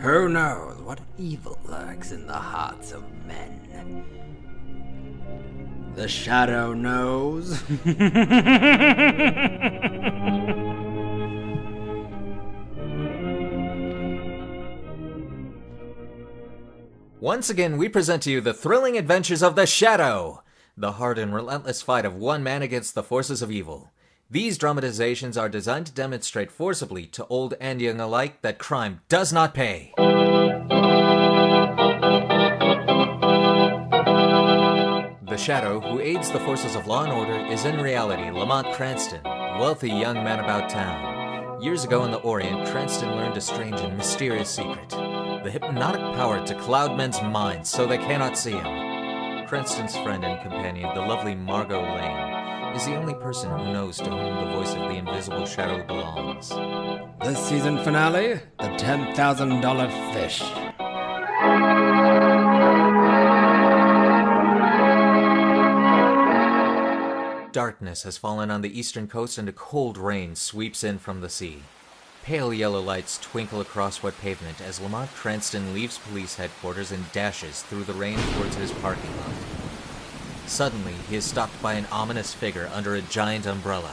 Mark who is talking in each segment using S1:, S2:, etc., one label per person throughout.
S1: Who knows what evil lurks in the hearts of men? The shadow knows.
S2: Once again, we present to you the thrilling adventures of the Shadow, the hard and relentless fight of one man against the forces of evil. These dramatizations are designed to demonstrate forcibly to old and young alike that crime does not pay. The Shadow, who aids the forces of law and order, is in reality Lamont Cranston, wealthy young man about town. Years ago in the Orient, Cranston learned a strange and mysterious secret the hypnotic power to cloud men's minds so they cannot see him. Cranston's friend and companion, the lovely Margot Lane, is the only person who knows to whom the voice of the invisible shadow belongs.
S1: This season finale, the $10,000 fish.
S2: Darkness has fallen on the eastern coast and a cold rain sweeps in from the sea. Pale yellow lights twinkle across wet pavement as Lamont Cranston leaves police headquarters and dashes through the rain towards his parking lot. Suddenly, he is stopped by an ominous figure under a giant umbrella.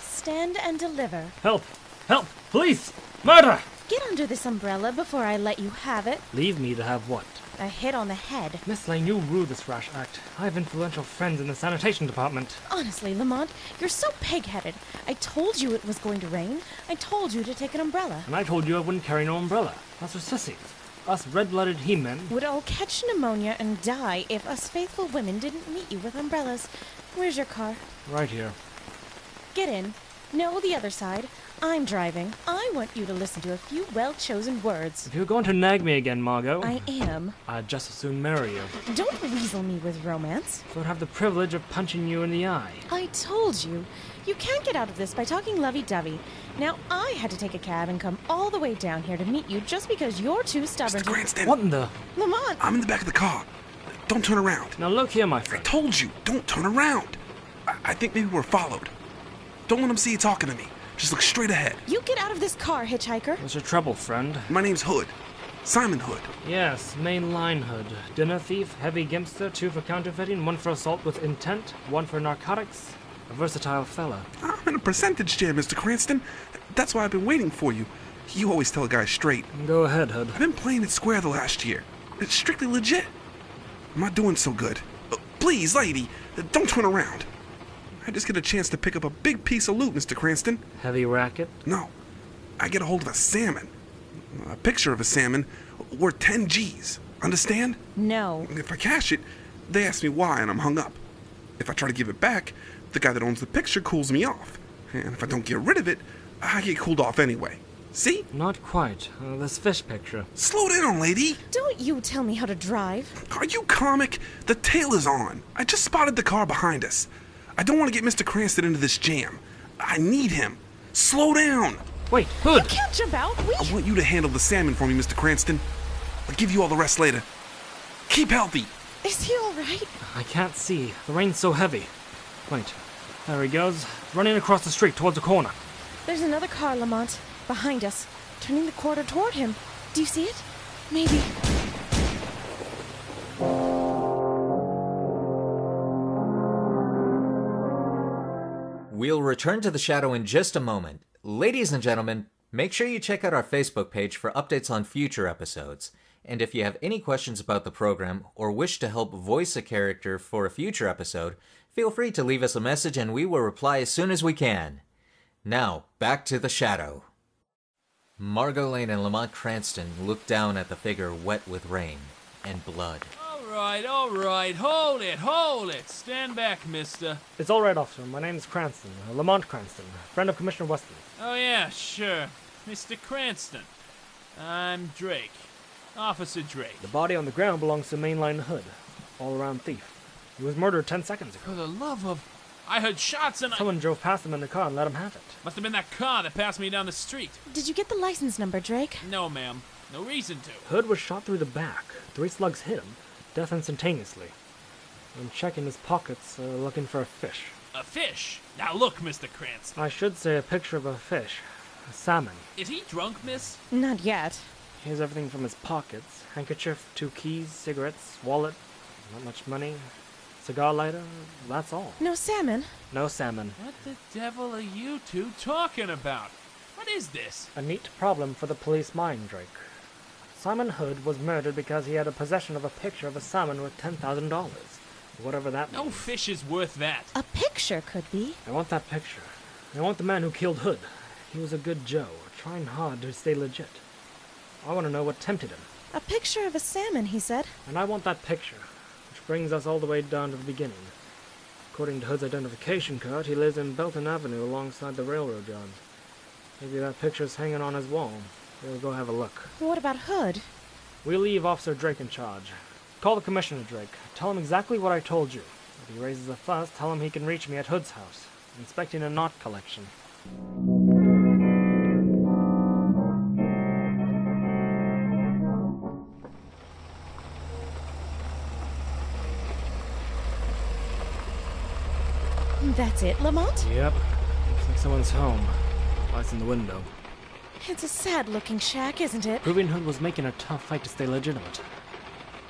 S3: Stand and deliver.
S4: Help! Help! Police! Murder!
S3: Get under this umbrella before I let you have it.
S4: Leave me to have what?
S3: A hit on the head.
S4: Miss Lane, you rue this rash act. I have influential friends in the sanitation department.
S3: Honestly, Lamont, you're so pig-headed. I told you it was going to rain. I told you to take an umbrella.
S4: And I told you I wouldn't carry no umbrella. Us are sissies. Us red-blooded he-men.
S3: Would all catch pneumonia and die if us faithful women didn't meet you with umbrellas. Where's your car?
S4: Right here.
S3: Get in. No, the other side. I'm driving. I want you to listen to a few well-chosen words.
S4: If you're going to nag me again, Margot,
S3: I am.
S4: would just as soon marry you.
S3: Don't weasel me with romance.
S4: So I'd have the privilege of punching you in the eye.
S3: I told you. You can't get out of this by talking lovey dovey. Now, I had to take a cab and come all the way down here to meet you just because you're too stubborn
S5: Mr.
S3: to.
S5: Cranston,
S4: What in the?
S3: Lamont!
S5: I'm in the back of the car. Don't turn around.
S4: Now look here, my
S5: I
S4: friend.
S5: told you, don't turn around. I, I think maybe we're followed. Don't let them see you talking to me. Just look straight ahead.
S3: You get out of this car, hitchhiker.
S4: What's your trouble, friend?
S5: My name's Hood. Simon Hood.
S4: Yes, main line hood. Dinner thief, heavy gimpster, two for counterfeiting, one for assault with intent, one for narcotics. A versatile fella.
S5: I'm in a percentage jam, Mr. Cranston. That's why I've been waiting for you. You always tell a guy straight.
S4: Go ahead, Hood.
S5: I've been playing it square the last year. It's strictly legit. I'm not doing so good. Uh, Please, lady, uh, don't turn around. I just get a chance to pick up a big piece of loot, Mr. Cranston.
S4: Heavy racket.
S5: No, I get a hold of a salmon. A picture of a salmon worth 10 G's. Understand?
S3: No.
S5: If I cash it, they ask me why and I'm hung up. If I try to give it back, the guy that owns the picture cools me off. And if I don't get rid of it, I get cooled off anyway. See?
S4: Not quite. Uh, this fish picture.
S5: Slow down, lady.
S3: Don't you tell me how to drive.
S5: Are you comic? The tail is on. I just spotted the car behind us. I don't want to get Mr. Cranston into this jam. I need him. Slow down.
S4: Wait, Hood!
S3: Can't jump out. We.
S5: I want you to handle the salmon for me, Mr. Cranston. I'll give you all the rest later. Keep healthy.
S3: Is he all right?
S4: I can't see. The rain's so heavy. Wait. There he goes, running across the street towards a corner.
S3: There's another car, Lamont, behind us, turning the corner toward him. Do you see it? Maybe.
S2: We'll return to the shadow in just a moment. Ladies and gentlemen, make sure you check out our Facebook page for updates on future episodes. And if you have any questions about the program or wish to help voice a character for a future episode, feel free to leave us a message and we will reply as soon as we can. Now, back to the shadow. Margot Lane and Lamont Cranston look down at the figure wet with rain and blood.
S6: All right, all right. Hold it, hold it. Stand back, mister.
S4: It's all right, officer. My name's Cranston, uh, Lamont Cranston, friend of Commissioner Weston.
S6: Oh, yeah, sure. Mr. Cranston. I'm Drake. Officer Drake.
S4: The body on the ground belongs to Mainline Hood, all-around thief. He was murdered ten seconds
S6: For
S4: ago.
S6: the love of. I heard shots and I.
S4: Someone drove past him in the car and let him have it.
S6: Must have been that car that passed me down the street.
S3: Did you get the license number, Drake?
S6: No, ma'am. No reason to.
S4: Hood was shot through the back. Three slugs hit him, death instantaneously. I'm checking his pockets, uh, looking for a fish.
S6: A fish. Now look, Mr. Cranston.
S4: I should say a picture of a fish. salmon.
S6: Is he drunk, miss?
S3: Not yet.
S4: He has everything from his pockets handkerchief, two keys, cigarettes, wallet, not much money, cigar lighter, that's all.
S3: No salmon.
S4: No salmon.
S6: What the devil are you two talking about? What is this?
S4: A neat problem for the police mind, Drake. Simon Hood was murdered because he had a possession of a picture of a salmon worth $10,000. Whatever that
S6: No
S4: means.
S6: fish is worth that.
S3: A picture could be.
S4: I want that picture. I want the man who killed Hood. He was a good Joe, trying hard to stay legit. I want to know what tempted him.
S3: A picture of a salmon, he said.
S4: And I want that picture, which brings us all the way down to the beginning. According to Hood's identification card, he lives in Belton Avenue alongside the railroad yards. Maybe that picture's hanging on his wall. We'll go have a look.
S3: What about Hood?
S4: We leave Officer Drake in charge. Call the Commissioner Drake. Tell him exactly what I told you. If he raises a fuss, tell him he can reach me at Hood's house. I'm inspecting a knot collection.
S3: That's it, Lamont?
S4: Yep. Looks like someone's home. Lights in the window.
S3: It's a sad looking shack, isn't it?
S4: Proving Hood was making a tough fight to stay legitimate.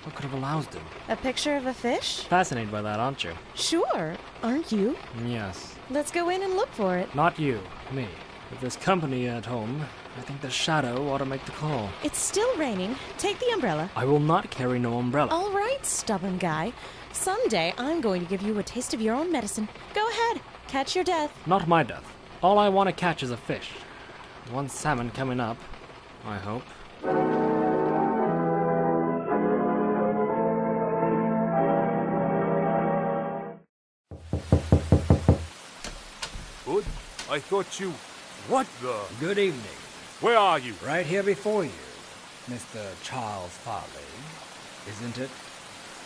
S4: What could have aroused him?
S3: A picture of a fish?
S4: Fascinated by that, aren't you?
S3: Sure. Aren't you?
S4: Yes.
S3: Let's go in and look for it.
S4: Not you, me. If there's company at home, I think the shadow ought to make the call.
S3: It's still raining. Take the umbrella.
S4: I will not carry no umbrella.
S3: All right, stubborn guy. Someday I'm going to give you a taste of your own medicine. Go ahead. Catch your death.
S4: Not my death. All I want to catch is a fish. One salmon coming up, I hope.
S7: Hood, I thought you. What the?
S8: Good evening.
S7: Where are you?
S8: Right here before you, Mr. Charles Farley. Isn't it?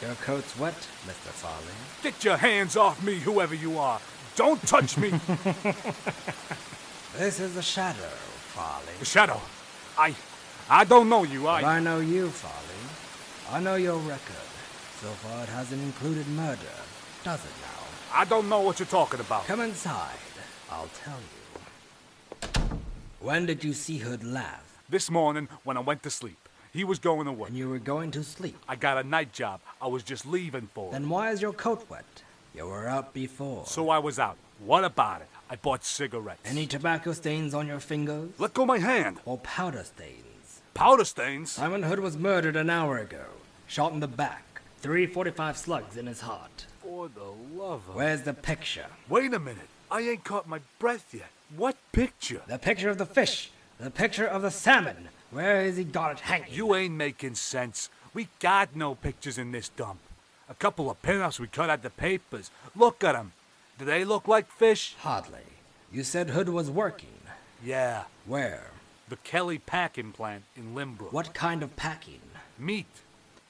S8: Your coat's wet, Mr. Farley.
S7: Get your hands off me, whoever you are. Don't touch me.
S8: This is the Shadow, Farley.
S7: Shadow, I. I don't know you.
S8: But
S7: I.
S8: I know you, Farley. I know your record. So far, it hasn't included murder, does it now?
S7: I don't know what you're talking about.
S8: Come inside. I'll tell you. When did you see Hood laugh?
S7: This morning, when I went to sleep, he was going to work.
S8: When you were going to sleep.
S7: I got a night job. I was just leaving for it.
S8: Then why is your coat wet? You were out before.
S7: So I was out. What about it? I bought cigarettes.
S8: Any tobacco stains on your fingers?
S7: Let go my hand.
S8: Or powder stains?
S7: Powder stains.
S8: Simon Hood was murdered an hour ago. Shot in the back.
S4: 345 slugs in his heart.
S7: For the love of.
S8: Where's the picture?
S7: Wait a minute. I ain't caught my breath yet. What picture?
S8: The picture of the fish. The picture of the salmon. Where has he got it hanging?
S7: You ain't making sense. We got no pictures in this dump. A couple of pinups we cut out the papers. Look at 'em. Do they look like fish?
S8: Hardly. You said Hood was working.
S7: Yeah.
S8: Where?
S7: The Kelly packing plant in Limbrook.
S8: What kind of packing?
S7: Meat.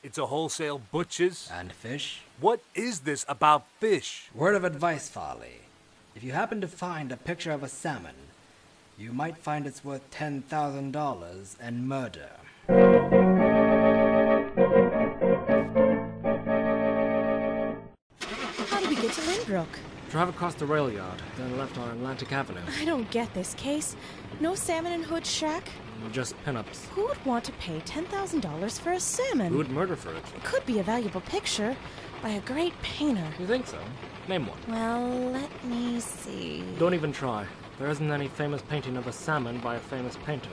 S7: It's a wholesale butcher's.
S8: And fish?
S7: What is this about fish?
S8: Word of advice, Farley. If you happen to find a picture of a salmon, you might find it's worth $10,000 and murder.
S3: How do we get to Lynbrook?
S4: Drive across the rail yard, then left on Atlantic Avenue.
S3: I don't get this case. No salmon in Hood's shack?
S4: Just pinups.
S3: Who would want to pay $10,000 for a salmon?
S4: Who would murder for it?
S3: It could be a valuable picture by a great painter.
S4: You think so? Name one.
S3: Well, let me see.
S4: Don't even try. There isn't any famous painting of a salmon by a famous painter.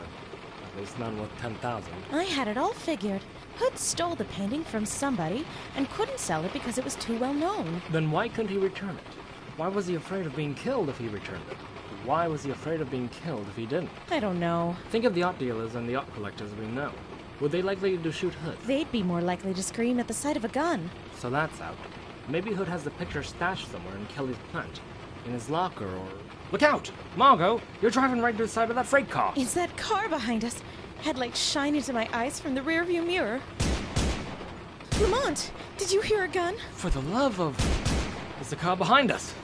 S4: At least none worth 10,000.
S3: I had it all figured. Hood stole the painting from somebody and couldn't sell it because it was too well known.
S4: Then why couldn't he return it? Why was he afraid of being killed if he returned it? Why was he afraid of being killed if he didn't?
S3: I don't know.
S4: Think of the art dealers and the art collectors we know. Were they likely to shoot Hood?
S3: They'd be more likely to scream at the sight of a gun.
S4: So that's out. Maybe Hood has the picture stashed somewhere in Kelly's plant. In his locker or. Look out! Margot! You're driving right into the side of that freight car!
S3: It's that car behind us. Headlights shine into my eyes from the rearview mirror. Lamont, did you hear a gun?
S4: For the love of. It's the car behind us!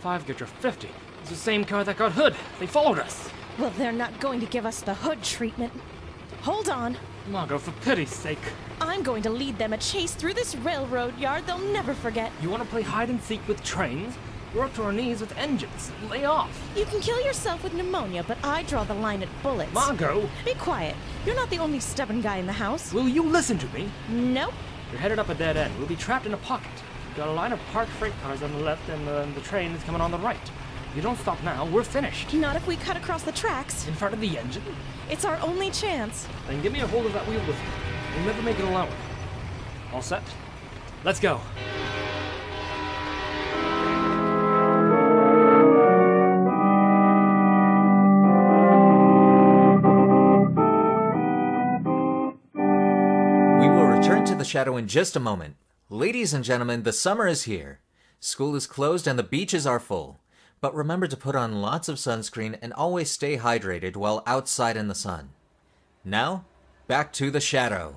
S4: Five get your 50. It's the same car that got Hood! They followed us!
S3: Well, they're not going to give us the hood treatment. Hold on.
S4: Margot, for pity's sake!
S3: I'm going to lead them a chase through this railroad yard they'll never forget.
S4: You want to play hide and seek with trains? We're up to our knees with engines. Lay off.
S3: You can kill yourself with pneumonia, but I draw the line at bullets.
S4: Margot,
S3: Be quiet. You're not the only stubborn guy in the house.
S4: will you listen to me?
S3: Nope.
S4: You're headed up a dead end. We'll be trapped in a pocket. We've got a line of parked freight cars on the left and uh, the train is coming on the right. If you don't stop now, we're finished.
S3: Not if we cut across the tracks.
S4: In front of the engine?
S3: It's our only chance.
S4: Then give me a hold of that wheel with you. You'll never make it alone. All set? Let's go.
S2: We will return to the shadow in just a moment. Ladies and gentlemen, the summer is here. School is closed and the beaches are full. But remember to put on lots of sunscreen and always stay hydrated while outside in the sun. Now, back to the shadow.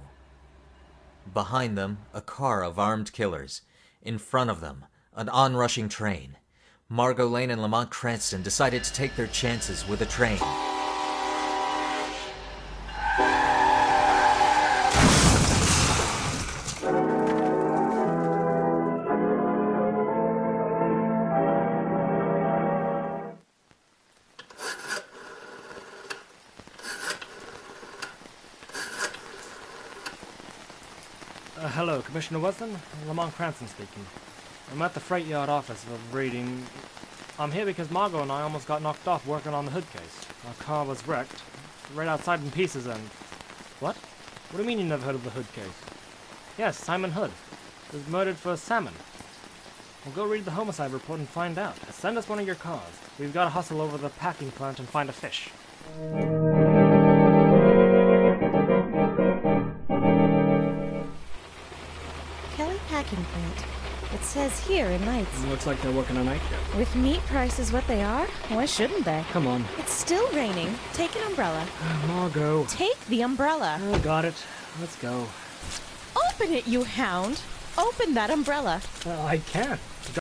S2: Behind them, a car of armed killers. In front of them, an onrushing train. Margot Lane and Lamont Cranston decided to take their chances with a train.
S4: Uh, hello, Commissioner Weston. Lamont Cranston speaking. I'm at the freight yard office of Reading. I'm here because Margot and I almost got knocked off working on the hood case. Our car was wrecked, right outside in pieces, and. What? What do you mean you never heard of the hood case? Yes, Simon Hood. was murdered for salmon. Well, go read the homicide report and find out. Send us one of your cars. We've got to hustle over to the packing plant and find a fish.
S3: Kelly Packing Plant. It says here in Knights.
S4: Looks like they're working a night shift.
S3: With meat prices what they are, why shouldn't they?
S4: Come on.
S3: It's still raining. Take an umbrella.
S4: Margot.
S3: Take the umbrella.
S4: Oh, got it. Let's go.
S3: Open it, you hound. Open that umbrella.
S4: Uh, I can.